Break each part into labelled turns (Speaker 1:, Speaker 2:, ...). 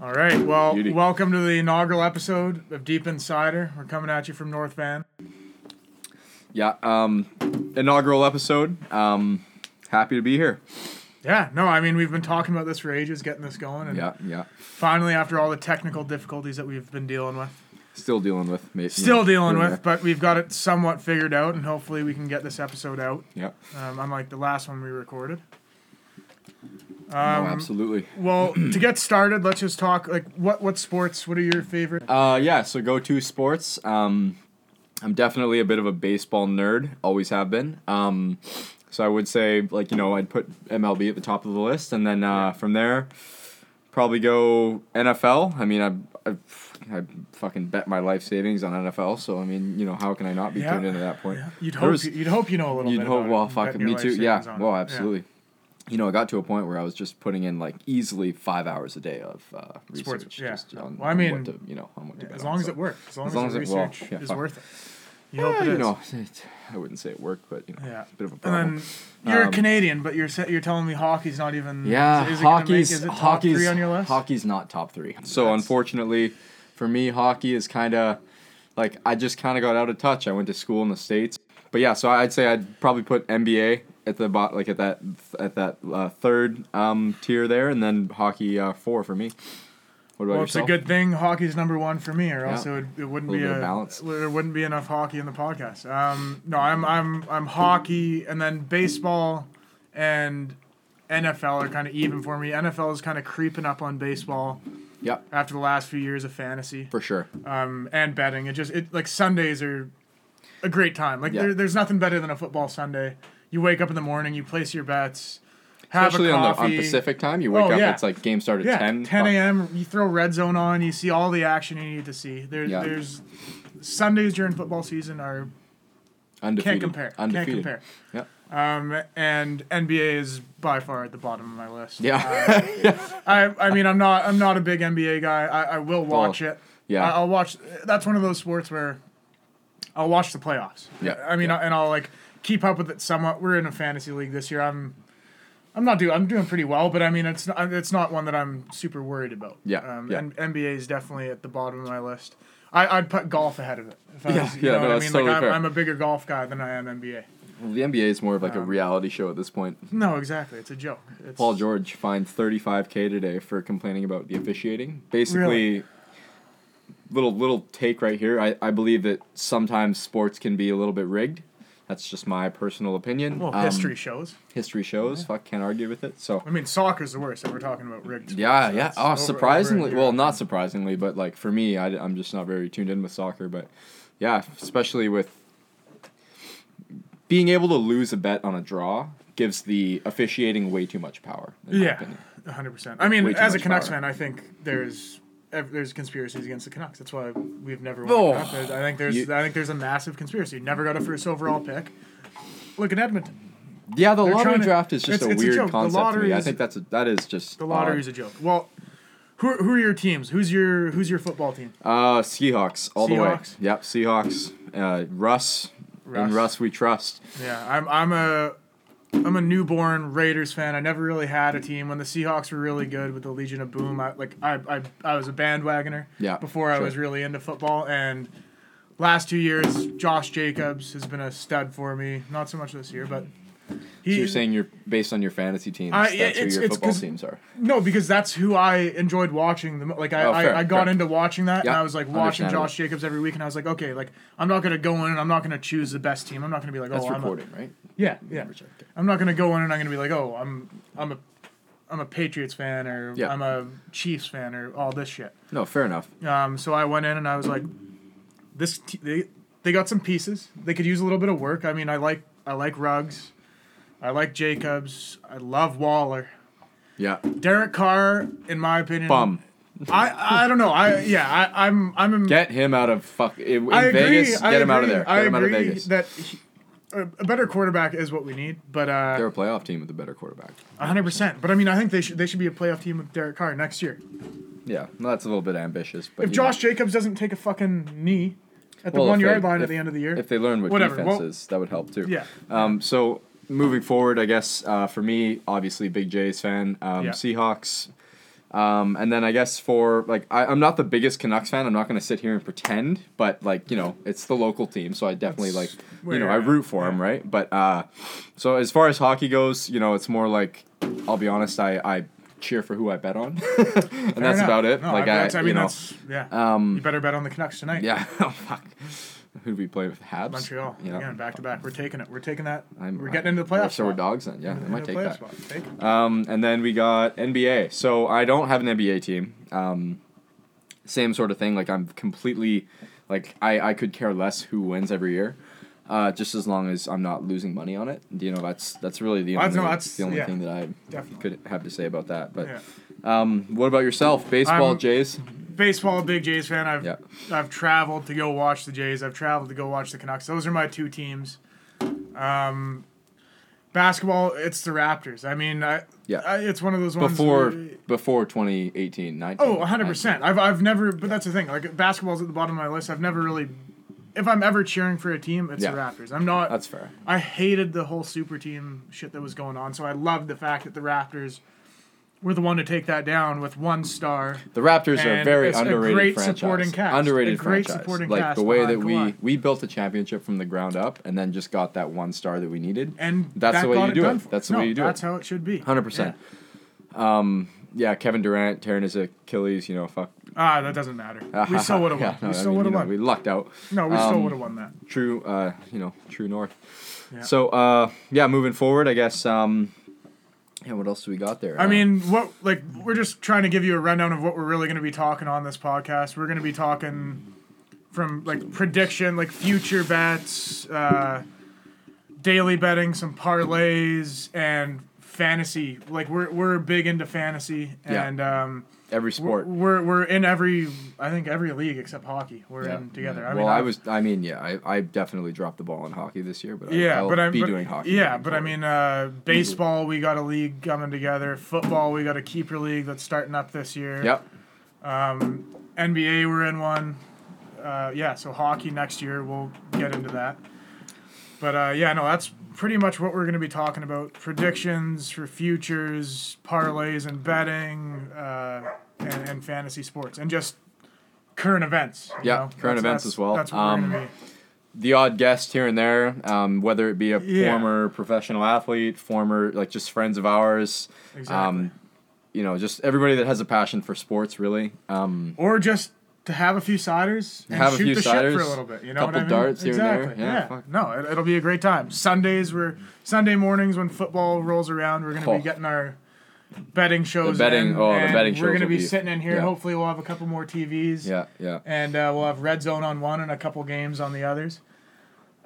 Speaker 1: All right. Well,
Speaker 2: Beauty.
Speaker 1: welcome to the inaugural episode of Deep Insider. We're coming at you from North Van.
Speaker 2: Yeah, um, inaugural episode. Um, happy to be here.
Speaker 1: Yeah. No, I mean we've been talking about this for ages, getting this going, and
Speaker 2: Yeah, yeah.
Speaker 1: finally, after all the technical difficulties that we've been dealing with,
Speaker 2: Still dealing with. Mate,
Speaker 1: still dealing with, but we've got it somewhat figured out, and hopefully we can get this episode out,
Speaker 2: Yeah.
Speaker 1: um, unlike the last one we recorded.
Speaker 2: no, absolutely.
Speaker 1: Well, to get started, let's just talk like what what sports? What are your favorite?
Speaker 2: Uh, yeah. So go to sports. Um, I'm definitely a bit of a baseball nerd. Always have been. Um, so I would say like you know I'd put MLB at the top of the list, and then uh, from there, probably go NFL. I mean I. I I fucking bet my life savings on NFL, so I mean, you know, how can I not be
Speaker 1: Yeah.
Speaker 2: tuned into that point?
Speaker 1: You'd
Speaker 2: There
Speaker 1: hope
Speaker 2: was-
Speaker 1: you- you'd hope you know a little
Speaker 2: You'd
Speaker 1: bit.
Speaker 2: hope,
Speaker 1: about
Speaker 2: well,
Speaker 1: it, bet
Speaker 2: fucking
Speaker 1: your
Speaker 2: me
Speaker 1: life
Speaker 2: too.
Speaker 1: savings
Speaker 2: Yeah,
Speaker 1: on
Speaker 2: well,
Speaker 1: it. Yeah.
Speaker 2: absolutely. You know, I got to a point where I was just putting in like easily five hours a day of uh, research.
Speaker 1: Sports, yeah.
Speaker 2: Just on,
Speaker 1: Well, I
Speaker 2: on
Speaker 1: mean,
Speaker 2: what to, you know, on what to bet
Speaker 1: As
Speaker 2: on,
Speaker 1: long as
Speaker 2: so-
Speaker 1: it works. As long as,
Speaker 2: as long
Speaker 1: the
Speaker 2: as it- well,
Speaker 1: research
Speaker 2: yeah,
Speaker 1: is
Speaker 2: fuck.
Speaker 1: worth it. You
Speaker 2: Yeah,
Speaker 1: hope it
Speaker 2: you
Speaker 1: is.
Speaker 2: know, it, I wouldn't say it worked, but you know,
Speaker 1: Yeah.
Speaker 2: it's a bit of a problem.
Speaker 1: And then you're a
Speaker 2: Um,
Speaker 1: Canadian, but you're se- you're telling me hockey's not even.
Speaker 2: Yeah,
Speaker 1: is, is
Speaker 2: hockey's
Speaker 1: it gonna make, is it top
Speaker 2: hockey's
Speaker 1: three on your list?
Speaker 2: hockey's not top three. So unfortunately, for me, hockey is kind of like I just kind of got out of touch. I went to school in the states, but yeah. So I'd say I'd probably put NBA at the bot, like at that at that uh, third um, tier there, and then hockey uh, four for me. What about
Speaker 1: Well, it's a
Speaker 2: yourself?
Speaker 1: good thing hockey's number one for me, or else it,
Speaker 2: Yeah.
Speaker 1: would, it wouldn't
Speaker 2: A
Speaker 1: be
Speaker 2: little bit
Speaker 1: a
Speaker 2: of balance.
Speaker 1: there wouldn't be enough hockey in the podcast. Um, no, I'm I'm I'm hockey, and then baseball and NFL are kind of even for me. NFL is kind of creeping up on baseball
Speaker 2: Yeah,
Speaker 1: after the last few years of fantasy
Speaker 2: for sure.
Speaker 1: um, and betting. It just it like Sundays are a great time. Like
Speaker 2: Yeah.
Speaker 1: there, there's nothing better than a football Sunday. You wake up in the morning, you place your bets, have
Speaker 2: Especially
Speaker 1: a
Speaker 2: on the
Speaker 1: coffee.
Speaker 2: on Pacific time, you wake
Speaker 1: Oh,
Speaker 2: up.
Speaker 1: yeah.
Speaker 2: It's like game start at
Speaker 1: Yeah, 10,
Speaker 2: 10,
Speaker 1: a.m. You throw red zone on, you see all the action you need to see. There,
Speaker 2: Yeah.
Speaker 1: There's Sundays during football season are can't
Speaker 2: Undefeated.
Speaker 1: compare.
Speaker 2: Undefeated.
Speaker 1: Can't
Speaker 2: Yeah.
Speaker 1: compare. Um, and NBA is by far at the bottom of my list.
Speaker 2: Yeah.
Speaker 1: I, I mean, I'm not I'm not a big NBA guy. I, I will watch
Speaker 2: Well,
Speaker 1: it.
Speaker 2: yeah.
Speaker 1: I, I'll watch. That's one of those sports where I'll watch the playoffs.
Speaker 2: Yeah,
Speaker 1: I mean,
Speaker 2: yeah.
Speaker 1: and I'll like keep up with it somewhat. We're in a fantasy league this year. I'm. I'm not doing. I'm doing pretty well, but I mean, it's not. It's not one that I'm super worried about.
Speaker 2: Yeah,
Speaker 1: Um,
Speaker 2: yeah.
Speaker 1: And NBA is definitely at the bottom of my list. I, I'd put golf ahead of it. If I
Speaker 2: Yeah,
Speaker 1: was, you
Speaker 2: yeah,
Speaker 1: know
Speaker 2: no,
Speaker 1: what I
Speaker 2: that's
Speaker 1: mean?
Speaker 2: totally
Speaker 1: like, I'm,
Speaker 2: fair.
Speaker 1: I'm a bigger golf guy than I am NBA.
Speaker 2: Well, the NBA is more of like
Speaker 1: Um,
Speaker 2: a reality show at this point.
Speaker 1: No, exactly. It's a joke. It's,
Speaker 2: Paul George fined 35k today for complaining about the officiating. Basically, little little take right here. I, I believe that sometimes sports can be a little bit rigged. That's just my personal opinion.
Speaker 1: Well,
Speaker 2: Um,
Speaker 1: history shows.
Speaker 2: history shows. Fuck, can't argue with it. So
Speaker 1: I mean, soccer's the worst. If we're talking about rigged.
Speaker 2: yeah,
Speaker 1: sports,
Speaker 2: yeah.
Speaker 1: that's
Speaker 2: Oh,
Speaker 1: over-
Speaker 2: surprisingly,
Speaker 1: over-
Speaker 2: well, not surprisingly, but like for me, I, am just not very tuned in with soccer. But yeah, especially with being able to lose a bet on a draw gives the officiating way too much power. in my
Speaker 1: Yeah,
Speaker 2: opinion.
Speaker 1: a hundred percent. I mean,
Speaker 2: Way too
Speaker 1: as a
Speaker 2: much
Speaker 1: Canucks
Speaker 2: power.
Speaker 1: fan, I think there's ev- there's conspiracies against the Canucks. That's why we've never won.
Speaker 2: Oh.
Speaker 1: a cup. I I think there's
Speaker 2: You-
Speaker 1: I think there's a massive conspiracy. Never got a first overall pick. Look at Edmonton.
Speaker 2: Yeah, the lottery
Speaker 1: trying to-
Speaker 2: draft is just
Speaker 1: it's-
Speaker 2: a
Speaker 1: it's a
Speaker 2: weird
Speaker 1: joke. The
Speaker 2: concept to
Speaker 1: lottery
Speaker 2: me. I
Speaker 1: is-
Speaker 2: think that's a, that is just
Speaker 1: The lottery's a joke. Well, who are- who are your teams? Who's your who's your football team?
Speaker 2: Uh, Seahawks all
Speaker 1: Seahawks?
Speaker 2: the way. Yep, Seahawks. Uh, Russ,
Speaker 1: Russ.
Speaker 2: and Russ we trust.
Speaker 1: Yeah, I'm I'm a I'm a newborn Raiders fan. I never really had a team when the Seahawks were really good with the Legion of Boom. I like I I, I was a bandwagoner
Speaker 2: Yeah,
Speaker 1: before I
Speaker 2: sure.
Speaker 1: was really into football and last two years Josh Jacobs has been a stud for me. Not so much this year, but he,
Speaker 2: So you're saying you're based on your fantasy teams.
Speaker 1: I- yeah,
Speaker 2: that's who
Speaker 1: it's-
Speaker 2: your
Speaker 1: it's
Speaker 2: football
Speaker 1: 'cause-
Speaker 2: teams are.
Speaker 1: no, because that's who I enjoyed watching. The, mo- like I,
Speaker 2: Oh, fair,
Speaker 1: I, I got
Speaker 2: fair.
Speaker 1: into watching that, and
Speaker 2: Yeah,
Speaker 1: I was like watching
Speaker 2: understandable.
Speaker 1: Josh Jacobs every week, and I was like, okay, like I'm not gonna go in and I'm not gonna choose the best team. I'm not gonna be like,
Speaker 2: That's
Speaker 1: oh, I'm a-
Speaker 2: reporting, right?
Speaker 1: yeah, yeah.
Speaker 2: Rejected.
Speaker 1: I'm not gonna go in and I'm gonna be like, oh, I'm I'm a I'm a Patriots fan or
Speaker 2: Yeah.
Speaker 1: I'm a Chiefs fan or all this shit.
Speaker 2: No, fair enough.
Speaker 1: Um, so I went in and I was like, this t- they they got some pieces. They could use a little bit of work. I mean, I like I like Ruggs, I like Jacobs, I love Waller,
Speaker 2: Yeah,
Speaker 1: Derek Carr, in my opinion,
Speaker 2: bum.
Speaker 1: I, I don't know. I yeah. I, I'm I'm
Speaker 2: Get him out of fuck in
Speaker 1: I agree,
Speaker 2: Vegas.
Speaker 1: I
Speaker 2: get him out of
Speaker 1: agree,
Speaker 2: there. Get
Speaker 1: I
Speaker 2: him out of
Speaker 1: agree
Speaker 2: Vegas.
Speaker 1: that he- a a better quarterback is what we need, but
Speaker 2: They're
Speaker 1: uh,
Speaker 2: a playoff team with a better quarterback.
Speaker 1: 100. percent But I mean, I think they should they should be a playoff team with Derek Carr next year.
Speaker 2: Yeah, well, that's a little bit ambitious. But
Speaker 1: If
Speaker 2: you
Speaker 1: Josh Jacobs doesn't take a fucking knee at the
Speaker 2: Well, if
Speaker 1: one yard
Speaker 2: they-
Speaker 1: line
Speaker 2: if-
Speaker 1: at the end of the year,
Speaker 2: If they learn what
Speaker 1: Whatever,
Speaker 2: defense
Speaker 1: well-
Speaker 2: is, that would help too.
Speaker 1: Yeah.
Speaker 2: Um, so moving forward, I guess uh, for me, obviously big Jays fan, um,
Speaker 1: Yeah.
Speaker 2: Seahawks, um, and then I guess for like I, I'm not the biggest Canucks fan. I'm not going to sit here and pretend, but like you know, it's the local team, so I definitely
Speaker 1: That's
Speaker 2: like you
Speaker 1: where
Speaker 2: know
Speaker 1: you're
Speaker 2: I
Speaker 1: at.
Speaker 2: root for them, right? But uh, so as far as hockey goes, you know, it's more like I'll be honest, I I cheer for who I bet on, and that's
Speaker 1: Fair
Speaker 2: about
Speaker 1: enough.
Speaker 2: it.
Speaker 1: No,
Speaker 2: like I,
Speaker 1: that's-
Speaker 2: you know, um,
Speaker 1: that's yeah. you better bet on the Canucks tonight.
Speaker 2: yeah. oh, fuck. Who do we play with? Habs.
Speaker 1: Montreal
Speaker 2: You know?
Speaker 1: again, back to back. We're taking it. We're taking that.
Speaker 2: I'm-
Speaker 1: we're
Speaker 2: I-
Speaker 1: getting into the playoffs.
Speaker 2: So we're dogs then. Yeah, I might take that.
Speaker 1: Take it.
Speaker 2: Um, and then we got NBA. So I don't have an NBA team. Um, same sort of thing. Like I'm completely, like I, I could care less who wins every year. Uh, just as long as I'm not losing money on it, you know that's that's really the
Speaker 1: Well,
Speaker 2: only,
Speaker 1: that's- no, that's-
Speaker 2: the only
Speaker 1: yeah.
Speaker 2: thing that I
Speaker 1: Definitely.
Speaker 2: could have to say about that. But
Speaker 1: Yeah.
Speaker 2: um, what about yourself? Baseball,
Speaker 1: I'm-
Speaker 2: Jays.
Speaker 1: baseball, big Jays fan. I've
Speaker 2: Yeah.
Speaker 1: I've traveled to go watch the Jays. I've traveled to go watch the Canucks. Those are my two teams. Um, basketball, it's the Raptors. I mean, I,
Speaker 2: Yeah.
Speaker 1: I, it's one of those ones
Speaker 2: Before
Speaker 1: where-
Speaker 2: before 2018, 19.
Speaker 1: Oh, 100%. I've, I've never, but that's the thing. Like, basketball's at the bottom of my list. I've never really, if I'm ever cheering for a team, it's
Speaker 2: Yeah.
Speaker 1: the Raptors. I'm not,
Speaker 2: That's fair.
Speaker 1: I hated the whole super team shit that was going on. So I loved the fact that the Raptors were the one to take that down with one star.
Speaker 2: The Raptors are a
Speaker 1: And
Speaker 2: very
Speaker 1: it's a
Speaker 2: underrated
Speaker 1: great
Speaker 2: franchise.
Speaker 1: supporting cast.
Speaker 2: Underrated
Speaker 1: A great
Speaker 2: franchise.
Speaker 1: supporting
Speaker 2: like
Speaker 1: cast
Speaker 2: the way that
Speaker 1: behind
Speaker 2: we
Speaker 1: Kawhi.
Speaker 2: we built a championship from the ground up and then just got that one star that we needed.
Speaker 1: And
Speaker 2: that's
Speaker 1: that
Speaker 2: the way
Speaker 1: got
Speaker 2: you do
Speaker 1: done
Speaker 2: it.
Speaker 1: for
Speaker 2: That's
Speaker 1: us.
Speaker 2: the way
Speaker 1: No,
Speaker 2: you do
Speaker 1: That's
Speaker 2: it.
Speaker 1: how it should be.
Speaker 2: Hundred percent. Um. Yeah. Kevin Durant tearing his Achilles. You know. Fuck.
Speaker 1: Ah, that doesn't matter. We still would have
Speaker 2: Yeah,
Speaker 1: won.
Speaker 2: no,
Speaker 1: we
Speaker 2: I
Speaker 1: still
Speaker 2: mean,
Speaker 1: would
Speaker 2: you
Speaker 1: have
Speaker 2: know,
Speaker 1: won.
Speaker 2: We um, lucked out.
Speaker 1: no, we still would have won that.
Speaker 2: True. Uh. You know. True North.
Speaker 1: Yeah.
Speaker 2: So. Uh. Yeah. Moving forward, I guess. Um. Yeah. What else do we got there?
Speaker 1: I
Speaker 2: Uh,
Speaker 1: mean, what like we're just trying to give you a rundown of what we're really going to be talking on this podcast. We're going to be talking from like prediction, like future bets, uh, daily betting, some parlays, and fantasy. Like we're we're big into fantasy,
Speaker 2: Yeah.
Speaker 1: and um,
Speaker 2: every
Speaker 1: we're,
Speaker 2: sport.
Speaker 1: we're we're in every I think every league except hockey. We're
Speaker 2: Yeah,
Speaker 1: in together.
Speaker 2: yeah.
Speaker 1: I mean,
Speaker 2: well, I
Speaker 1: I've-
Speaker 2: was. I mean, yeah, I, I definitely dropped the ball on hockey this year, but I,
Speaker 1: Yeah,
Speaker 2: I'll
Speaker 1: but I'm
Speaker 2: be
Speaker 1: but-
Speaker 2: doing hockey.
Speaker 1: Yeah,
Speaker 2: moving
Speaker 1: but I
Speaker 2: forward.
Speaker 1: mean, uh, baseball, we got a league coming together. Football, we got a keeper league that's starting up this year.
Speaker 2: Yep.
Speaker 1: NBA, we're in one. Uh, yeah, so hockey next year, we'll get into that. But uh, yeah, no, that's pretty much what we're going to be talking about: predictions for futures, parlays, and betting, uh, and, and fantasy sports, and just current events. you
Speaker 2: Yeah,
Speaker 1: know?
Speaker 2: current events as well.
Speaker 1: That's what
Speaker 2: Um,
Speaker 1: we're going to be.
Speaker 2: The odd guest here and there, um, whether it be a
Speaker 1: Yeah.
Speaker 2: former professional athlete, former like just friends of ours,
Speaker 1: Exactly.
Speaker 2: um, you know, just everybody that has a passion for sports, really. Um,
Speaker 1: or just to have a few ciders and
Speaker 2: Have a
Speaker 1: shoot
Speaker 2: few
Speaker 1: the shit for
Speaker 2: ciders,
Speaker 1: a little bit. You know
Speaker 2: couple
Speaker 1: what I mean?
Speaker 2: darts here and there.
Speaker 1: exactly.
Speaker 2: Yeah,
Speaker 1: Yeah.
Speaker 2: fuck.
Speaker 1: No, it, it'll be a great time. Sundays we're Sunday mornings when football rolls around, we're gonna
Speaker 2: Oh.
Speaker 1: be getting our betting shows.
Speaker 2: betting-
Speaker 1: in,
Speaker 2: oh, the
Speaker 1: and
Speaker 2: betting
Speaker 1: We're
Speaker 2: shows
Speaker 1: gonna
Speaker 2: will
Speaker 1: be,
Speaker 2: be-
Speaker 1: sitting in here.
Speaker 2: yeah.
Speaker 1: Hopefully, we'll have a couple more TVs.
Speaker 2: yeah, yeah.
Speaker 1: And uh, we'll have red zone on one and a couple games on the others.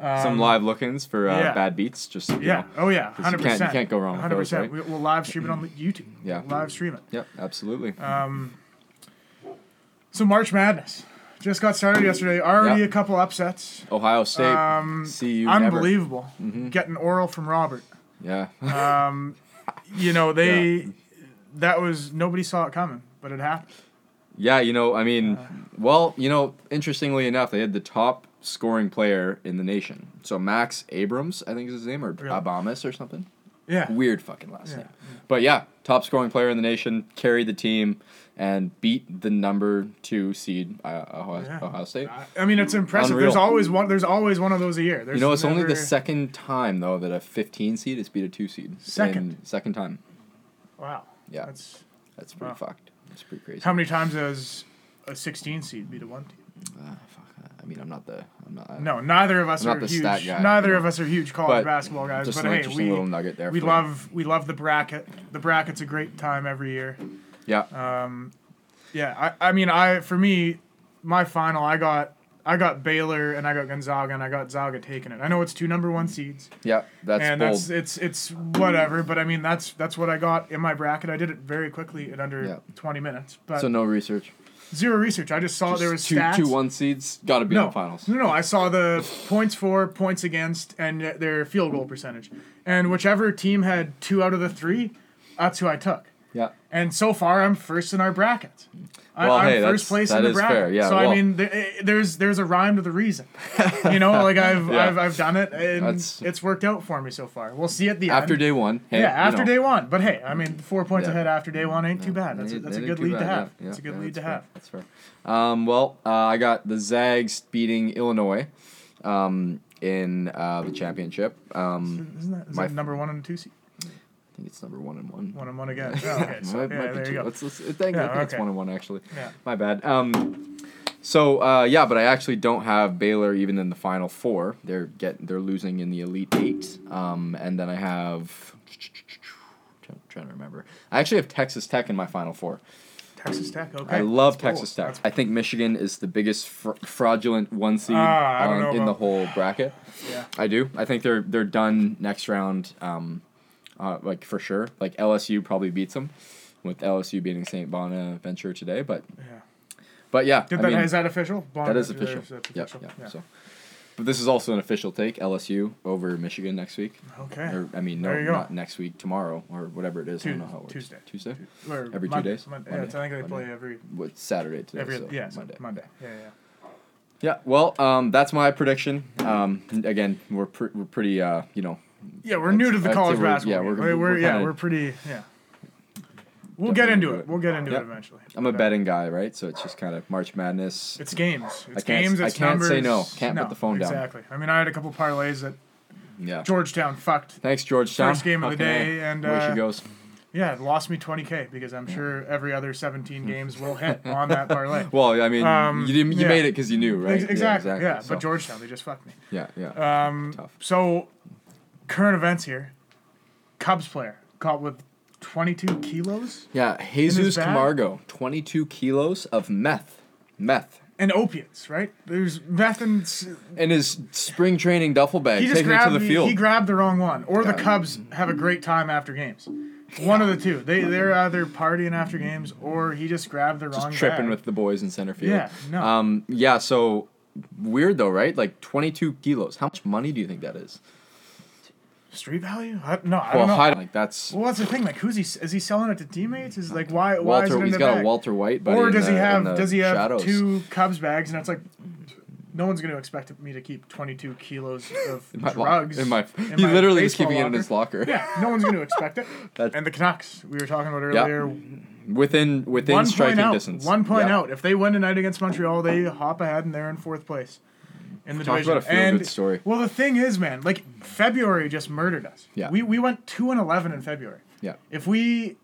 Speaker 2: Some live look-ins for uh,
Speaker 1: Um, yeah.
Speaker 2: bad beats, just you
Speaker 1: Yeah.
Speaker 2: know.
Speaker 1: Oh yeah.
Speaker 2: 'Cause you
Speaker 1: Hundred
Speaker 2: can't- you
Speaker 1: percent.
Speaker 2: can't go wrong with
Speaker 1: Hundred
Speaker 2: those,
Speaker 1: percent.
Speaker 2: right?
Speaker 1: We, we'll live stream it on YouTube.
Speaker 2: Yeah.
Speaker 1: We'll live stream it.
Speaker 2: Yep, absolutely.
Speaker 1: Uh, So March Madness just got started yesterday. Already
Speaker 2: Yeah.
Speaker 1: a couple upsets.
Speaker 2: Ohio State, see you Mm-hmm. never.
Speaker 1: um, unbelievable getting oral from robert
Speaker 2: Yeah,
Speaker 1: you know they that was nobody saw it coming but it happened
Speaker 2: Yeah, you know, I mean,
Speaker 1: Uh,
Speaker 2: well, you know, interestingly enough, they had the top scoring player in the nation. So Max Abrams, I think is his name, or
Speaker 1: Really?
Speaker 2: Abamas or something.
Speaker 1: yeah
Speaker 2: Weird fucking last
Speaker 1: Yeah,
Speaker 2: name. But yeah, top scoring player in the nation, carried the team, and beat the number two seed uh, Ohio,
Speaker 1: Yeah. Uh,
Speaker 2: Ohio State.
Speaker 1: I- i mean it's impressive
Speaker 2: Unreal.
Speaker 1: there's always one there's always one of those a year there's
Speaker 2: You know, it's only the
Speaker 1: never-
Speaker 2: second time though that a 15 seed has beat a two seed.
Speaker 1: Second.
Speaker 2: In- second time.
Speaker 1: wow
Speaker 2: Yeah, that's,
Speaker 1: that's
Speaker 2: pretty
Speaker 1: wow.
Speaker 2: fucked. That's pretty crazy.
Speaker 1: how many times has a 16 seed beat a one team
Speaker 2: Ah, fuck. I mean, I'm not the. I'm not. uh,
Speaker 1: no neither of us
Speaker 2: I'm not
Speaker 1: are
Speaker 2: the
Speaker 1: huge
Speaker 2: stat guy,
Speaker 1: neither
Speaker 2: you know.
Speaker 1: of us are huge college
Speaker 2: But
Speaker 1: basketball guys
Speaker 2: Just
Speaker 1: but
Speaker 2: an
Speaker 1: hey
Speaker 2: interesting
Speaker 1: we
Speaker 2: little nugget there.
Speaker 1: we
Speaker 2: for-
Speaker 1: love we love the bracket the bracket's a great time every year
Speaker 2: Yeah.
Speaker 1: uh, Yeah, I, I mean, I for me, my final, I got I got Baylor and I got Gonzaga and I got Zaga taking it. I know it's two number one seeds.
Speaker 2: Yeah, that's
Speaker 1: and
Speaker 2: bold.
Speaker 1: that's it's it's whatever, but I mean that's that's what I got in my bracket. I did it very quickly in under
Speaker 2: Yeah.
Speaker 1: twenty minutes, but
Speaker 2: so no research.
Speaker 1: zero research. I just saw there was
Speaker 2: Just two
Speaker 1: stats.
Speaker 2: two one seeds got to be in
Speaker 1: no,
Speaker 2: the finals.
Speaker 1: no, no. I saw the points for, points against, and uh, their field goal percentage, and whichever team had two out of the three, that's who I took.
Speaker 2: Yeah,
Speaker 1: And so far, I'm first in our bracket. I,
Speaker 2: Well,
Speaker 1: I'm
Speaker 2: hey, that's-
Speaker 1: first place
Speaker 2: that
Speaker 1: in the
Speaker 2: is
Speaker 1: bracket.
Speaker 2: fair, yeah,
Speaker 1: so
Speaker 2: well-
Speaker 1: I mean, th- eh, there's there's a rhyme to the reason. You know, like I've
Speaker 2: Yeah.
Speaker 1: I've, I've done it, and
Speaker 2: That's-
Speaker 1: it's worked out for me so far. We'll see at the
Speaker 2: after
Speaker 1: end.
Speaker 2: day one. Hey,
Speaker 1: yeah,
Speaker 2: you
Speaker 1: after
Speaker 2: know,
Speaker 1: day one. But hey, I mean, four points
Speaker 2: Yeah.
Speaker 1: ahead after day one ain't too bad. That's a,
Speaker 2: They-
Speaker 1: that's a
Speaker 2: they
Speaker 1: good
Speaker 2: did
Speaker 1: lead
Speaker 2: too
Speaker 1: to
Speaker 2: bad,
Speaker 1: have.
Speaker 2: yeah,
Speaker 1: That's a
Speaker 2: yeah,
Speaker 1: good
Speaker 2: yeah,
Speaker 1: lead to
Speaker 2: that's fair,
Speaker 1: have.
Speaker 2: That's fair. Um, well, uh, I got the Zags beating Illinois um, in uh, the championship. Um,
Speaker 1: Isn't that is
Speaker 2: My-
Speaker 1: it number one and two seed?
Speaker 2: I think it's number one and one.
Speaker 1: One and one again. Oh, okay, so, yeah,
Speaker 2: Might- might be
Speaker 1: there
Speaker 2: two.
Speaker 1: you go.
Speaker 2: Let's- let's- I think,
Speaker 1: Yeah,
Speaker 2: I think it's
Speaker 1: okay.
Speaker 2: one and one actually.
Speaker 1: Yeah.
Speaker 2: My bad. Um, so uh, yeah, but I actually don't have Baylor even in the final four. They're get they're losing in the elite eight. Um, and then I have trying- trying to remember. I actually have Texas Tech in my final four.
Speaker 1: Texas Tech. Okay.
Speaker 2: I love
Speaker 1: That's cool.
Speaker 2: Texas Tech.
Speaker 1: That's-
Speaker 2: I think Michigan is the biggest fr- fraudulent one seed
Speaker 1: Ah, I don't
Speaker 2: on,
Speaker 1: know
Speaker 2: in the
Speaker 1: about-
Speaker 2: whole bracket.
Speaker 1: Yeah.
Speaker 2: I do. I think they're they're done next round, um, uh, like for sure. Like LSU probably beats them, with LSU beating Saint Bonaventure today. But
Speaker 1: Yeah.
Speaker 2: but yeah,
Speaker 1: Did
Speaker 2: I
Speaker 1: that,
Speaker 2: mean,
Speaker 1: is that official?
Speaker 2: that is
Speaker 1: Bonaventure,
Speaker 2: official.
Speaker 1: that's
Speaker 2: Yeah,
Speaker 1: official.
Speaker 2: yeah,
Speaker 1: Yeah.
Speaker 2: So, but this is also an official take. LSU over Michigan next week.
Speaker 1: Okay.
Speaker 2: Or, I mean, no,
Speaker 1: There you go.
Speaker 2: not next week, tomorrow or whatever it is. I don't
Speaker 1: Tu-
Speaker 2: know how it works.
Speaker 1: Tuesday.
Speaker 2: Tuesday.
Speaker 1: Or
Speaker 2: every two
Speaker 1: Monday-
Speaker 2: days?
Speaker 1: Monday.
Speaker 2: Monday.
Speaker 1: Yeah, so I think they
Speaker 2: Monday.
Speaker 1: play every
Speaker 2: What's Saturday today?
Speaker 1: every
Speaker 2: so
Speaker 1: yeah so
Speaker 2: Monday.
Speaker 1: Monday. Yeah, yeah.
Speaker 2: Yeah, well, um, that's my prediction. Um, again, we're, pr- we're pretty, uh, you know,
Speaker 1: Yeah, we're
Speaker 2: I'd-
Speaker 1: new to the
Speaker 2: I'd say
Speaker 1: college
Speaker 2: we're- yeah,
Speaker 1: basketball. game.
Speaker 2: we're-
Speaker 1: we're,
Speaker 2: we're
Speaker 1: yeah,
Speaker 2: kinda-
Speaker 1: we're pretty yeah. We'll get
Speaker 2: Definitely
Speaker 1: into
Speaker 2: into
Speaker 1: it.
Speaker 2: it.
Speaker 1: We'll get into
Speaker 2: Yep.
Speaker 1: it eventually.
Speaker 2: I'm a
Speaker 1: But, uh,
Speaker 2: betting guy, right? So it's just kind of March Madness.
Speaker 1: It's games. It's
Speaker 2: can't-
Speaker 1: games.
Speaker 2: I
Speaker 1: It's
Speaker 2: can't say
Speaker 1: numbers.
Speaker 2: no. Can't put the phone down.
Speaker 1: exactly. I mean, I had a couple parlays that
Speaker 2: yeah.
Speaker 1: Georgetown fucked.
Speaker 2: Thanks, Georgetown.
Speaker 1: First game of the
Speaker 2: Fucking A.
Speaker 1: day, and,
Speaker 2: where she
Speaker 1: uh,
Speaker 2: goes.
Speaker 1: Yeah, it lost me 20k because I'm sure every other
Speaker 2: Hmm.
Speaker 1: 17 games will hit on that parlay.
Speaker 2: Well, I mean,
Speaker 1: um,
Speaker 2: you, didn't, you
Speaker 1: yeah.
Speaker 2: made it because you knew, right?
Speaker 1: Ex- exactly. Yeah,
Speaker 2: so-
Speaker 1: but Georgetown, they just fucked me.
Speaker 2: Yeah, yeah.
Speaker 1: Um,
Speaker 2: Tough.
Speaker 1: so current events here. Cubs player caught with 22 kilos
Speaker 2: yeah, Jesus
Speaker 1: bag?
Speaker 2: Camargo, 22 kilos of meth. Meth.
Speaker 1: and opiates. Right? There's meth and s-
Speaker 2: In his spring training duffel bag,
Speaker 1: he just
Speaker 2: taking it to
Speaker 1: grabbed
Speaker 2: the
Speaker 1: he-
Speaker 2: field.
Speaker 1: he grabbed the wrong one. Or
Speaker 2: Yeah.
Speaker 1: the Cubs have a great time after games. One of the two. They they're either partying after games or he just grabbed the wrong.
Speaker 2: just tripping
Speaker 1: bag.
Speaker 2: with the boys in center field.
Speaker 1: Yeah, no.
Speaker 2: Um, yeah, so weird though, right? Like 22 kilos. How much money do you think that is?
Speaker 1: street value. I, no, I
Speaker 2: Well,
Speaker 1: don't know.
Speaker 2: high, like that's
Speaker 1: well, that's the thing. Like, who's he? Is he selling it to teammates? Is like why? why is it
Speaker 2: Walter.
Speaker 1: in
Speaker 2: He's
Speaker 1: the
Speaker 2: got
Speaker 1: bag?
Speaker 2: a Walter White, buddy.
Speaker 1: Or
Speaker 2: in
Speaker 1: does he
Speaker 2: the-
Speaker 1: have
Speaker 2: in the
Speaker 1: does he have
Speaker 2: shadows.
Speaker 1: two Cubs bags and it's like no one's going to expect me to keep 22 kilos of
Speaker 2: My lo-
Speaker 1: drugs
Speaker 2: in my?
Speaker 1: in
Speaker 2: He's
Speaker 1: my
Speaker 2: literally just
Speaker 1: baseball
Speaker 2: keeping it in his locker.
Speaker 1: Yeah, no one's going to expect it.
Speaker 2: That's-
Speaker 1: and the Canucks, we were talking about
Speaker 2: Yeah.
Speaker 1: earlier.
Speaker 2: Within within
Speaker 1: One
Speaker 2: striking
Speaker 1: point out.
Speaker 2: distance.
Speaker 1: One point
Speaker 2: Yeah.
Speaker 1: out. If they win tonight against Montreal, they hop ahead and they're in fourth place in the
Speaker 2: Talk
Speaker 1: division.
Speaker 2: about a feel-good
Speaker 1: and
Speaker 2: story.
Speaker 1: Well, the thing is, man, like February just murdered us.
Speaker 2: Yeah.
Speaker 1: We we went two and eleven in February.
Speaker 2: Yeah.
Speaker 1: If we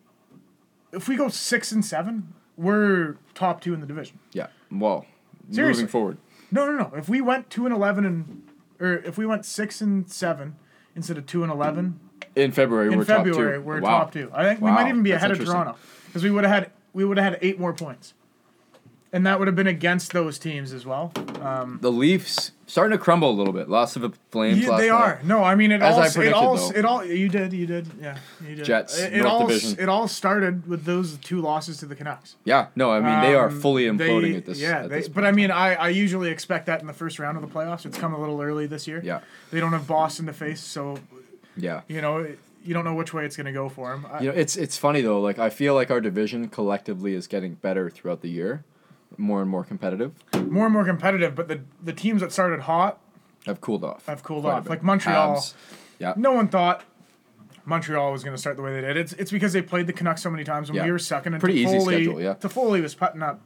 Speaker 1: if we go six and seven, we're top two in the division.
Speaker 2: Yeah. Well,
Speaker 1: Seriously.
Speaker 2: moving forward.
Speaker 1: No, no, no. If we went two and eleven and, or if we went six and seven instead of two and eleven
Speaker 2: In February,
Speaker 1: in
Speaker 2: we're
Speaker 1: February,
Speaker 2: top 2
Speaker 1: we're
Speaker 2: Wow.
Speaker 1: top two. I think we
Speaker 2: Wow,
Speaker 1: might even be
Speaker 2: that's
Speaker 1: ahead of
Speaker 2: interesting.
Speaker 1: Toronto because we would have had we would have had eight more points, and that would have been against those teams as well. Um,
Speaker 2: The Leafs starting to crumble a little bit. Loss of the Flames.
Speaker 1: yeah,
Speaker 2: last
Speaker 1: they
Speaker 2: night.
Speaker 1: are. No, I mean it
Speaker 2: As
Speaker 1: all.
Speaker 2: I
Speaker 1: it
Speaker 2: predicted,
Speaker 1: all.
Speaker 2: though.
Speaker 1: It all. You did. You did. Yeah. You did.
Speaker 2: Jets,
Speaker 1: It, it
Speaker 2: North
Speaker 1: all.
Speaker 2: Division.
Speaker 1: It all started with those two losses to the Canucks.
Speaker 2: Yeah. No, I mean they are
Speaker 1: Um,
Speaker 2: fully
Speaker 1: they-
Speaker 2: imploding at this.
Speaker 1: Yeah,
Speaker 2: at
Speaker 1: they-
Speaker 2: this
Speaker 1: but I mean, I, I usually expect that in the first round of the playoffs. It's come a little early this year.
Speaker 2: Yeah.
Speaker 1: they don't have Boston to face, so
Speaker 2: Yeah.
Speaker 1: you know it- you don't know which way it's going to go for them.
Speaker 2: You know, it's it's funny though. Like I feel like our division collectively is getting better throughout the year, more and more competitive.
Speaker 1: more and more competitive, but the the teams that started hot
Speaker 2: Have cooled off.
Speaker 1: have cooled
Speaker 2: quite a
Speaker 1: off.
Speaker 2: bit.
Speaker 1: Like Montreal,
Speaker 2: Habs, yeah.
Speaker 1: no one thought. Montreal was going to start the way they did. It's it's because they played the Canucks so many times when
Speaker 2: Yeah.
Speaker 1: we were sucking. And
Speaker 2: Pretty easy
Speaker 1: Toffoli,
Speaker 2: schedule, yeah.
Speaker 1: Toffoli was putting up.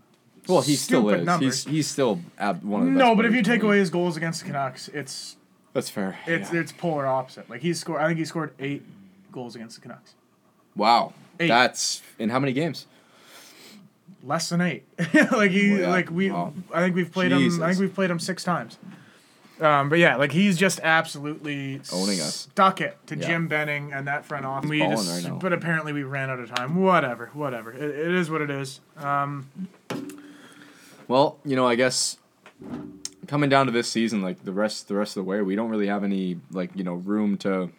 Speaker 2: Well, he still
Speaker 1: stupid
Speaker 2: is.
Speaker 1: numbers.
Speaker 2: He's he's still ab- one of the best.
Speaker 1: No, but if
Speaker 2: players
Speaker 1: you
Speaker 2: in the
Speaker 1: take
Speaker 2: league.
Speaker 1: away his goals against the Canucks, it's
Speaker 2: that's fair.
Speaker 1: it's
Speaker 2: Yeah.
Speaker 1: it's polar opposite. Like he scored, I think he scored eight goals against the Canucks.
Speaker 2: wow.
Speaker 1: Eight.
Speaker 2: That's in how many games?
Speaker 1: less than eight. like he,
Speaker 2: Well, Oh, yeah.
Speaker 1: like we,
Speaker 2: Wow.
Speaker 1: I think we've played
Speaker 2: Jesus.
Speaker 1: him. I think we've played him six times. Um, but yeah, like he's just absolutely
Speaker 2: Owning us.
Speaker 1: Stuck it to
Speaker 2: Yeah.
Speaker 1: Jim Benning and that front office. We
Speaker 2: balling
Speaker 1: just,
Speaker 2: right now.
Speaker 1: but apparently we ran out of time. Whatever, whatever. It, it is what it is. Um,
Speaker 2: Well, you know, I guess coming down to this season, like the rest the rest of the way, we don't really have any like you know room to.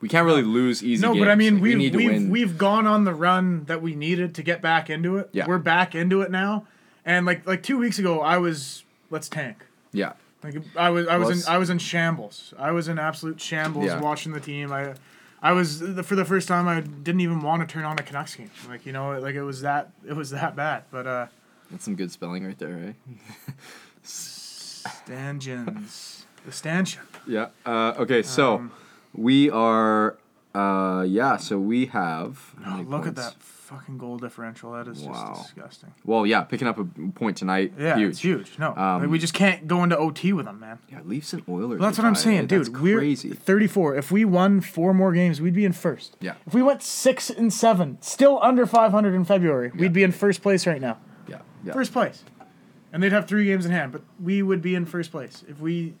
Speaker 2: We can't really lose easy.
Speaker 1: No, but
Speaker 2: games.
Speaker 1: I mean,
Speaker 2: Like, we
Speaker 1: we've,
Speaker 2: need to
Speaker 1: we've,
Speaker 2: win.
Speaker 1: we've gone on the run that we needed to get back into it.
Speaker 2: Yeah.
Speaker 1: We're back into it now. And like like two weeks ago, I was, let's tank.
Speaker 2: yeah,
Speaker 1: Like I was, I was,
Speaker 2: Well,
Speaker 1: in,
Speaker 2: it's-
Speaker 1: I was in shambles. I was in absolute shambles
Speaker 2: Yeah.
Speaker 1: watching the team. I, I was the, for the first time. I didn't even want to turn on a Canucks game. Like you know, like it was that, it was that bad. But uh,
Speaker 2: that's some good spelling right there, right?
Speaker 1: stanchions, the stanchion.
Speaker 2: Yeah. Uh, okay, so
Speaker 1: Um,
Speaker 2: we are. Uh, yeah, so we have. how
Speaker 1: Oh,
Speaker 2: many
Speaker 1: look at
Speaker 2: points?
Speaker 1: that fucking goal differential. That is
Speaker 2: Wow.
Speaker 1: just disgusting.
Speaker 2: Well, yeah, picking up a point tonight.
Speaker 1: Yeah,
Speaker 2: huge.
Speaker 1: it's huge. No,
Speaker 2: Um,
Speaker 1: like, we just can't go into OT with them, man.
Speaker 2: Yeah, Leafs and Oilers.
Speaker 1: That's what I'm
Speaker 2: tied.
Speaker 1: saying, dude.
Speaker 2: That's
Speaker 1: we're
Speaker 2: crazy.
Speaker 1: 34. If we won four more games, we'd be in first.
Speaker 2: Yeah.
Speaker 1: If we went six and seven, still under 500 in February, we'd be in first place right now.
Speaker 2: Yeah, yeah.
Speaker 1: First place, and they'd have three games in hand, but we would be in first place if we.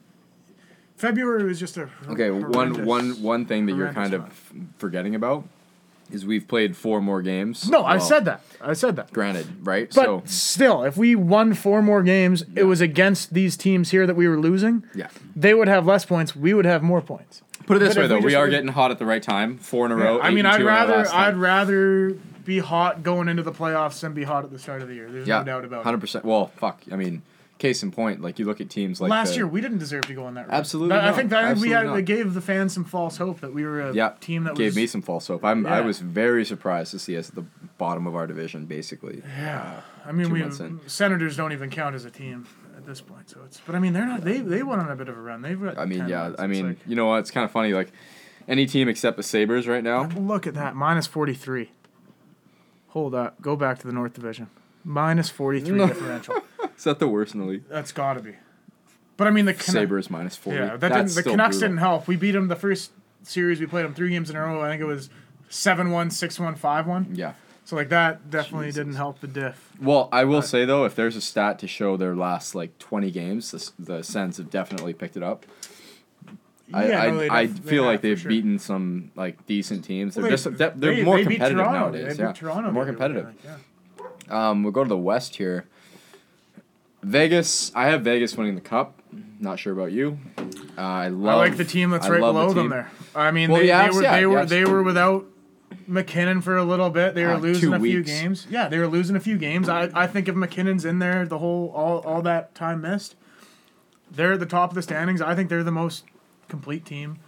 Speaker 1: February was just a hor-
Speaker 2: Okay, one
Speaker 1: horrendous-
Speaker 2: one one thing that you're kind of
Speaker 1: horrendous
Speaker 2: forgetting about is we've played four more games.
Speaker 1: No, I
Speaker 2: Well,
Speaker 1: said that. I said that.
Speaker 2: Granted, right?
Speaker 1: But
Speaker 2: so
Speaker 1: still, if we won four more games, it was against these teams here that we were losing.
Speaker 2: yeah.
Speaker 1: They would have less points. We would have more points.
Speaker 2: Put it this
Speaker 1: But
Speaker 2: way
Speaker 1: if
Speaker 2: though,
Speaker 1: we
Speaker 2: we,
Speaker 1: just
Speaker 2: are
Speaker 1: win-
Speaker 2: getting hot at the right time. Four in a row.
Speaker 1: I
Speaker 2: Oh, eight
Speaker 1: mean,
Speaker 2: and
Speaker 1: I'd
Speaker 2: two in our
Speaker 1: rather
Speaker 2: last
Speaker 1: I'd
Speaker 2: time.
Speaker 1: rather be hot going into the playoffs than be hot at the start of the year. There's
Speaker 2: yeah,
Speaker 1: no doubt about
Speaker 2: Hundred
Speaker 1: it.
Speaker 2: percent. Well, fuck. I mean, case in point, like you look at teams like
Speaker 1: Last
Speaker 2: the-
Speaker 1: year, we didn't deserve to go on that. route.
Speaker 2: Absolutely
Speaker 1: That- I
Speaker 2: not.
Speaker 1: think that we had,
Speaker 2: Absolutely not.
Speaker 1: gave the fans some false hope that we were a
Speaker 2: yeah,
Speaker 1: team that
Speaker 2: gave
Speaker 1: was
Speaker 2: me some false hope. I'm,
Speaker 1: Yeah.
Speaker 2: I was very surprised to see us at the bottom of our division, basically.
Speaker 1: Yeah, I mean,
Speaker 2: two
Speaker 1: we
Speaker 2: months in.
Speaker 1: senators don't even count as a team at this point. So it's, but I mean, they're not. They they went on a bit of a run. They've. got
Speaker 2: I mean,
Speaker 1: 10
Speaker 2: yeah.
Speaker 1: wins.
Speaker 2: I
Speaker 1: It's
Speaker 2: mean, you know what? It's kind of funny. Like any team except the Sabers right now.
Speaker 1: like, look at that minus forty three. Hold up, go back to the North Division. Minus forty three
Speaker 2: No.
Speaker 1: differential.
Speaker 2: Is that the worst in the league?
Speaker 1: That's got to be. But I mean, the Canucks.
Speaker 2: Sabers minus forty.
Speaker 1: Yeah, that
Speaker 2: That's
Speaker 1: didn't, the
Speaker 2: still
Speaker 1: Canucks
Speaker 2: brutal.
Speaker 1: didn't help. We beat them the first series. We played them three games in a row. I think it was 7 1, 6 1, 5 1.
Speaker 2: Yeah.
Speaker 1: So, like, that definitely
Speaker 2: Jesus.
Speaker 1: didn't help the diff.
Speaker 2: Well, I
Speaker 1: Uh,
Speaker 2: will say though, if there's a stat to show their last like 20 games, the, the Sens have definitely picked it up.
Speaker 1: Yeah,
Speaker 2: I
Speaker 1: no, they
Speaker 2: I, I
Speaker 1: def- they
Speaker 2: feel
Speaker 1: have
Speaker 2: like
Speaker 1: for
Speaker 2: they've
Speaker 1: sure.
Speaker 2: beaten some like decent teams. They're
Speaker 1: Well,
Speaker 2: just
Speaker 1: they-
Speaker 2: they're, they're
Speaker 1: they-
Speaker 2: more
Speaker 1: they beat
Speaker 2: competitive
Speaker 1: Toronto.
Speaker 2: nowadays.
Speaker 1: They
Speaker 2: yeah,
Speaker 1: beat Toronto
Speaker 2: more
Speaker 1: the other week,
Speaker 2: competitive.
Speaker 1: I think,
Speaker 2: Um, we'll go to the West here. Vegas, I have Vegas winning the cup. Not sure about you. Uh, I
Speaker 1: yeah. I
Speaker 2: love.
Speaker 1: like the team that's
Speaker 2: I
Speaker 1: right
Speaker 2: love the
Speaker 1: below them
Speaker 2: team.
Speaker 1: there. I mean,
Speaker 2: Well,
Speaker 1: they,
Speaker 2: the
Speaker 1: they
Speaker 2: Avs,
Speaker 1: were
Speaker 2: yeah,
Speaker 1: they
Speaker 2: the
Speaker 1: were
Speaker 2: Avs-
Speaker 1: they were without McKinnon for a little bit. They were
Speaker 2: Uh,
Speaker 1: losing
Speaker 2: two
Speaker 1: a few
Speaker 2: weeks.
Speaker 1: games. Yeah, they were losing a few games. I, I think if McKinnon's in there the whole all all that time missed, they're at the top of the standings. I think they're the most complete team.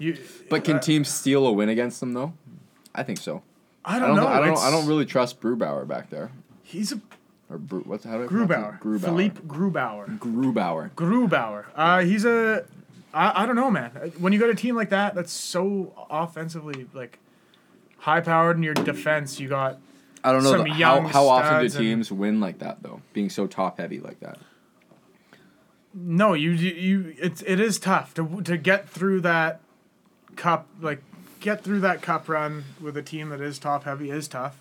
Speaker 1: You,
Speaker 2: But can teams steal a win against them though? I think so.
Speaker 1: I
Speaker 2: I
Speaker 1: don't
Speaker 2: don't.
Speaker 1: know.
Speaker 2: I don't.
Speaker 1: It's-
Speaker 2: I don't really trust Brubauer back there.
Speaker 1: He's a
Speaker 2: Or Bru, what's how do I
Speaker 1: Grubauer.
Speaker 2: pronounce it? Grubauer.
Speaker 1: Philippe Grubauer.
Speaker 2: Grubauer.
Speaker 1: Grubauer. Uh, he's a. I, I don't know, man. When you got a team like that, that's so offensively like high powered in your defense. You got
Speaker 2: I don't know
Speaker 1: Some
Speaker 2: the, how,
Speaker 1: young
Speaker 2: how often do
Speaker 1: studs and-
Speaker 2: teams win like that though, being so top heavy like that.
Speaker 1: no. You you. you it's it is tough to to get through that cup like get through that cup run with a team that is top heavy is tough.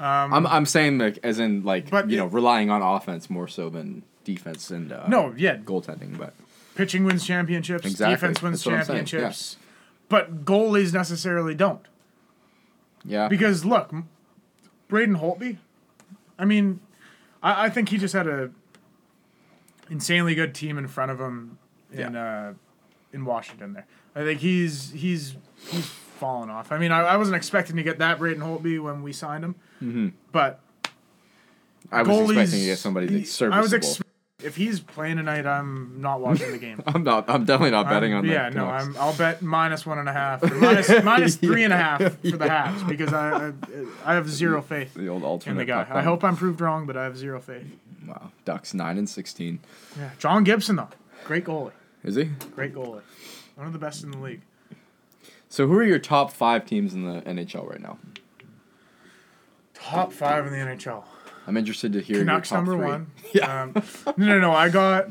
Speaker 2: I'm I'm saying like as in like
Speaker 1: Um, But
Speaker 2: you
Speaker 1: it-
Speaker 2: know relying on offense more so than defense and uh,
Speaker 1: No, yeah,
Speaker 2: goaltending, but
Speaker 1: pitching wins championships,
Speaker 2: Exactly.
Speaker 1: defense wins
Speaker 2: That's what I'm saying, yeah.
Speaker 1: championships, but goalies necessarily don't.
Speaker 2: yeah.
Speaker 1: Because look, M- Braden Holtby, I mean, I, I think he just had a insanely good team in front of him in uh, in Washington. There, I think he's he's he's fallen off. I mean, I, I wasn't expecting to get that Braden Holtby when we signed him, but
Speaker 2: Mm-hmm. I was
Speaker 1: goalies.
Speaker 2: expecting to get somebody that's
Speaker 1: he-
Speaker 2: serviceable.
Speaker 1: I was ex- if he's playing tonight, I'm not watching the game.
Speaker 2: I'm not. I'm definitely not betting
Speaker 1: I'm-
Speaker 2: on that.
Speaker 1: yeah, no, I'm, I'll bet minus one and a half, or minus, minus three and a half for the halves because I, I I have zero faith
Speaker 2: the old
Speaker 1: in
Speaker 2: alternate.
Speaker 1: the guy.
Speaker 2: puck
Speaker 1: I
Speaker 2: line.
Speaker 1: hope I'm proved wrong, but I have zero faith.
Speaker 2: Wow, Ducks nine and sixteen.
Speaker 1: Yeah, John Gibson though, great goalie,
Speaker 2: Is he?
Speaker 1: great goalie, one of the best in the league.
Speaker 2: So who are your top five teams in the NHL right now?
Speaker 1: Top five in the NHL.
Speaker 2: I'm interested to hear
Speaker 1: Canucks
Speaker 2: your top
Speaker 1: number
Speaker 2: three.
Speaker 1: one. Um, no, no, no. I got.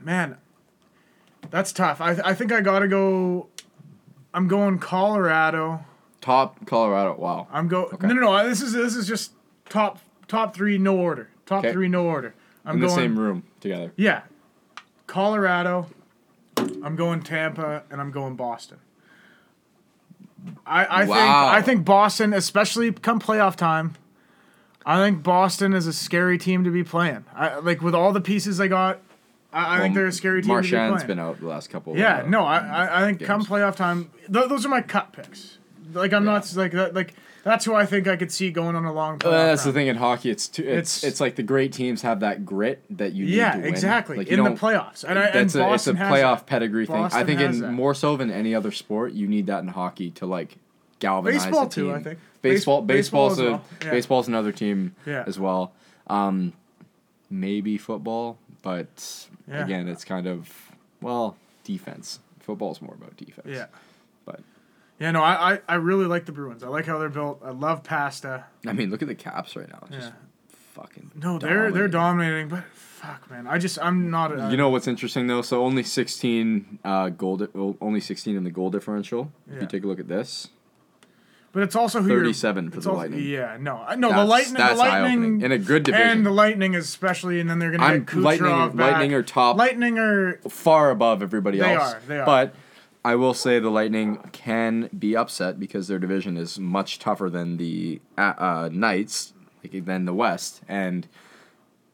Speaker 1: Man, that's tough. I I think I gotta go. I'm going Colorado.
Speaker 2: Top Colorado. Wow.
Speaker 1: I'm go.
Speaker 2: Okay.
Speaker 1: No, no, no. I- This is this is just top top three, no order. Top
Speaker 2: Okay.
Speaker 1: three, no order. I'm
Speaker 2: in the
Speaker 1: going.
Speaker 2: same room together.
Speaker 1: Yeah, Colorado. I'm going Tampa, and I'm going Boston. I I think
Speaker 2: Wow.
Speaker 1: I think Boston, especially come playoff time. I think Boston is a scary team to be playing. I like with all the pieces they got. I, I think they're a scary team to be
Speaker 2: Marshan's
Speaker 1: playing.
Speaker 2: been out the last couple.
Speaker 1: yeah,
Speaker 2: uh,
Speaker 1: no, I I, I think come
Speaker 2: games.
Speaker 1: playoff time, th- those are my cut picks. Like I'm not like that. Like that's who I think I could see going on a long. Playoff
Speaker 2: Well, that's the
Speaker 1: run.
Speaker 2: thing in hockey. It's too, it's,
Speaker 1: uh, It's-
Speaker 2: it's like the great teams have that grit that you need
Speaker 1: Yeah,
Speaker 2: to win.
Speaker 1: exactly.
Speaker 2: Like, you
Speaker 1: in the
Speaker 2: don't-
Speaker 1: playoffs, and I and
Speaker 2: that's a, it's a
Speaker 1: Boston has
Speaker 2: playoff
Speaker 1: that.
Speaker 2: pedigree thing. I
Speaker 1: Boston
Speaker 2: think
Speaker 1: has
Speaker 2: in
Speaker 1: that.
Speaker 2: more so than any other sport, you need that in hockey to like galvanize
Speaker 1: Baseball
Speaker 2: a
Speaker 1: too,
Speaker 2: team.
Speaker 1: I think.
Speaker 2: Baseball,
Speaker 1: Base- baseball
Speaker 2: baseball's
Speaker 1: as
Speaker 2: a
Speaker 1: well. Yeah.
Speaker 2: baseball's another team
Speaker 1: Yeah.
Speaker 2: as well. Um, maybe football, but
Speaker 1: Yeah.
Speaker 2: again, it's kind of well defense. Football's more about defense.
Speaker 1: Yeah.
Speaker 2: but
Speaker 1: Yeah, no, I, I, I really like the Bruins. I like how they're built. I love pasta.
Speaker 2: I mean, look at the Caps right now. Just
Speaker 1: Yeah.
Speaker 2: fucking
Speaker 1: No, they're they're dominating,
Speaker 2: dominating.
Speaker 1: but fuck, man. I just I'm not. A,
Speaker 2: You know what's interesting though? So only sixteen uh, goal, di- o- only sixteen in the goal differential. If
Speaker 1: Yeah.
Speaker 2: you take a look at this,
Speaker 1: but it's also who you're-
Speaker 2: 37 for
Speaker 1: it's
Speaker 2: the
Speaker 1: also-
Speaker 2: Lightning.
Speaker 1: Yeah, no, I- no, Oh, the
Speaker 2: That's-
Speaker 1: lightning, the
Speaker 2: that's eye-opening.
Speaker 1: lightning,
Speaker 2: in a good division.
Speaker 1: and the lightning especially, and then they're gonna
Speaker 2: I'm
Speaker 1: get Kucherov
Speaker 2: lightning.
Speaker 1: back.
Speaker 2: Lightning are top,
Speaker 1: lightning are
Speaker 2: far above everybody
Speaker 1: They
Speaker 2: else.
Speaker 1: are, they are.
Speaker 2: But I will say the Lightning can be upset because their division is much tougher than the uh, uh, Knights, like, than the West. And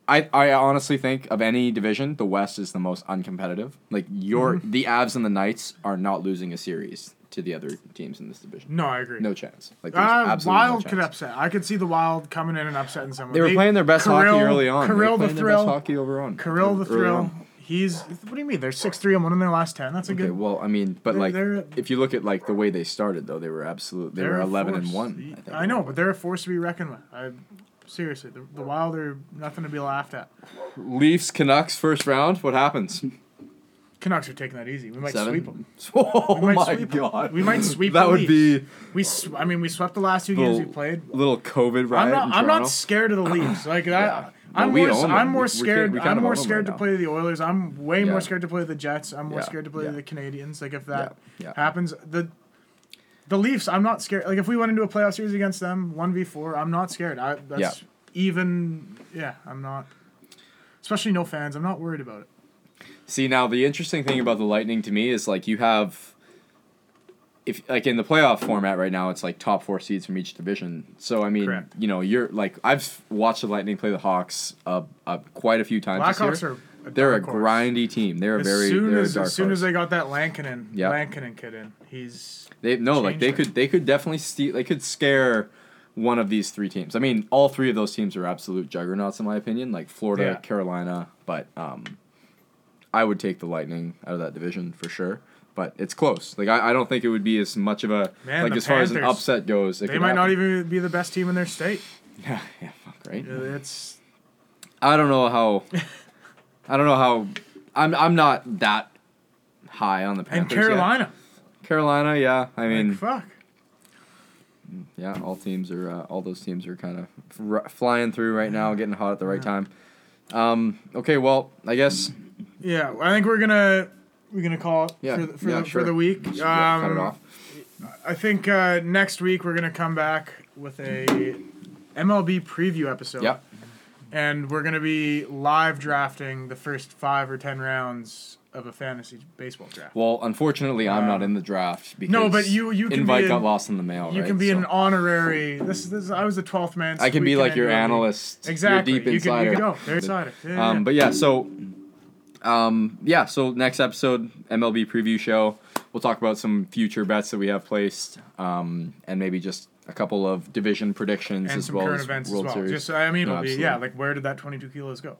Speaker 2: I, I honestly think of any division, the West is the most uncompetitive. Like your
Speaker 1: Mm-hmm.
Speaker 2: the Avs and the Knights are not losing a series to the other teams in this division.
Speaker 1: no, I agree.
Speaker 2: No chance. Like there's
Speaker 1: Mm. Uh,
Speaker 2: absolutely no
Speaker 1: wild could
Speaker 2: chance.
Speaker 1: upset. I could see the Wild coming in and upsetting someone.
Speaker 2: They were playing their best hockey
Speaker 1: Kirill-
Speaker 2: early on. They were
Speaker 1: Kirill the
Speaker 2: playing their best
Speaker 1: thrill.
Speaker 2: hockey over on.
Speaker 1: Kirill the
Speaker 2: early on.
Speaker 1: thrill. He's what do you mean? They're six three and one in their last ten. That's a
Speaker 2: Okay,
Speaker 1: good.
Speaker 2: well, I mean, but
Speaker 1: They're-
Speaker 2: like,
Speaker 1: they're-
Speaker 2: if you look at like the way they started, though, they were absolute. They
Speaker 1: They're
Speaker 2: were
Speaker 1: a
Speaker 2: eleven and
Speaker 1: force.
Speaker 2: one. I, think.
Speaker 1: I know, but they're a force to be reckoned with. I seriously, the, the Wild are nothing to be laughed at.
Speaker 2: Leafs Canucks first round. What happens?
Speaker 1: Canucks are taking that easy. We might sweep them.
Speaker 2: Seven. Oh
Speaker 1: We might
Speaker 2: my
Speaker 1: sweep 'em.
Speaker 2: god.
Speaker 1: We might sweep
Speaker 2: That
Speaker 1: the
Speaker 2: would be
Speaker 1: We, sw- I mean, we swept the last two games we
Speaker 2: little,
Speaker 1: played.
Speaker 2: little COVID riot.
Speaker 1: I'm
Speaker 2: in
Speaker 1: not. I'm not
Speaker 2: Toronto.
Speaker 1: scared of the Leafs. Like that.
Speaker 2: Yeah.
Speaker 1: I'm,
Speaker 2: Well, we
Speaker 1: more,
Speaker 2: own
Speaker 1: I'm
Speaker 2: them.
Speaker 1: more
Speaker 2: We- we
Speaker 1: scared.
Speaker 2: can't- we kind
Speaker 1: I'm
Speaker 2: of
Speaker 1: more
Speaker 2: own them
Speaker 1: scared
Speaker 2: right
Speaker 1: to
Speaker 2: now.
Speaker 1: play the Oilers. I'm way
Speaker 2: Yeah.
Speaker 1: more scared to play the Jets. I'm more
Speaker 2: Yeah.
Speaker 1: scared to play
Speaker 2: Yeah.
Speaker 1: the Canadians. Like if that
Speaker 2: Yeah. Yeah.
Speaker 1: happens, the the Leafs. I'm not scared. Like if we went into a playoff series against them, one v four. I'm not scared. I that's
Speaker 2: Yeah.
Speaker 1: even. Yeah, I'm not. Especially no fans. I'm not worried about it.
Speaker 2: See now the interesting thing about the Lightning to me is like you have if like in the playoff format right now it's like top 4 seeds from each division. So I mean,
Speaker 1: Correct.
Speaker 2: you know, you're like I've watched the Lightning play the Hawks uh, uh quite a few times this
Speaker 1: Blackhawks
Speaker 2: year.
Speaker 1: are. a
Speaker 2: they're a
Speaker 1: dark horse.
Speaker 2: grindy team. They're a
Speaker 1: As
Speaker 2: very
Speaker 1: soon
Speaker 2: they're
Speaker 1: as
Speaker 2: a dark
Speaker 1: as soon as
Speaker 2: horse.
Speaker 1: they got that Lankinen
Speaker 2: Yeah.
Speaker 1: Lankinen kid in, he's
Speaker 2: they, no like
Speaker 1: change
Speaker 2: they
Speaker 1: things.
Speaker 2: could they could definitely ste- they could scare one of these three teams. I mean, all three of those teams are absolute juggernauts in my opinion, like Florida,
Speaker 1: Yeah.
Speaker 2: Carolina, but um I would take the Lightning out of that division for sure. But it's close. Like I, I don't think it would be as much of a
Speaker 1: Man,
Speaker 2: like
Speaker 1: the
Speaker 2: as far as an
Speaker 1: Panthers,
Speaker 2: upset goes. It
Speaker 1: they
Speaker 2: could
Speaker 1: might not
Speaker 2: happen.
Speaker 1: even be the best team in their state.
Speaker 2: Yeah, yeah, fuck right.
Speaker 1: It's
Speaker 2: I don't know how. I don't know how. I'm I'm not that high on the
Speaker 1: and
Speaker 2: Panthers. yet.
Speaker 1: Carolina.
Speaker 2: Carolina, yeah. I mean,
Speaker 1: Like, fuck.
Speaker 2: yeah, all teams are uh, all those teams are kind of r- flying through right now, getting hot at the right time. Um, okay, well, I guess
Speaker 1: Yeah, I think we're gonna we're gonna call it
Speaker 2: Yeah,
Speaker 1: for, the, for,
Speaker 2: yeah,
Speaker 1: the,
Speaker 2: sure.
Speaker 1: for the week.
Speaker 2: just
Speaker 1: Um,
Speaker 2: cut it off.
Speaker 1: I think uh, next week we're gonna come back with a MLB preview episode.
Speaker 2: Yep.
Speaker 1: And we're gonna be live drafting the first five or ten rounds of a fantasy baseball draft.
Speaker 2: Well, unfortunately, I'm not in the draft because
Speaker 1: No, but you- you can be
Speaker 2: invite
Speaker 1: in-
Speaker 2: got lost in the mail.
Speaker 1: you
Speaker 2: right?
Speaker 1: can be
Speaker 2: So-
Speaker 1: an honorary. This this I was the twelfth man. so
Speaker 2: I can
Speaker 1: we
Speaker 2: be like
Speaker 1: end
Speaker 2: your
Speaker 1: it on the-
Speaker 2: analyst. your
Speaker 1: Exactly.
Speaker 2: deep
Speaker 1: you can you
Speaker 2: insider.
Speaker 1: can go. They're insider. Yeah,
Speaker 2: Um,
Speaker 1: yeah.
Speaker 2: but yeah, so um, yeah, so next episode MLB preview show. We'll talk about some future bets that we have placed, um, and maybe just a couple of division predictions
Speaker 1: and
Speaker 2: as
Speaker 1: some
Speaker 2: well
Speaker 1: current
Speaker 2: as
Speaker 1: events
Speaker 2: World
Speaker 1: as well.
Speaker 2: Series.
Speaker 1: Just uh, I mean,
Speaker 2: No,
Speaker 1: it'll be yeah.
Speaker 2: absolutely.
Speaker 1: Like where did that twenty two kilos go?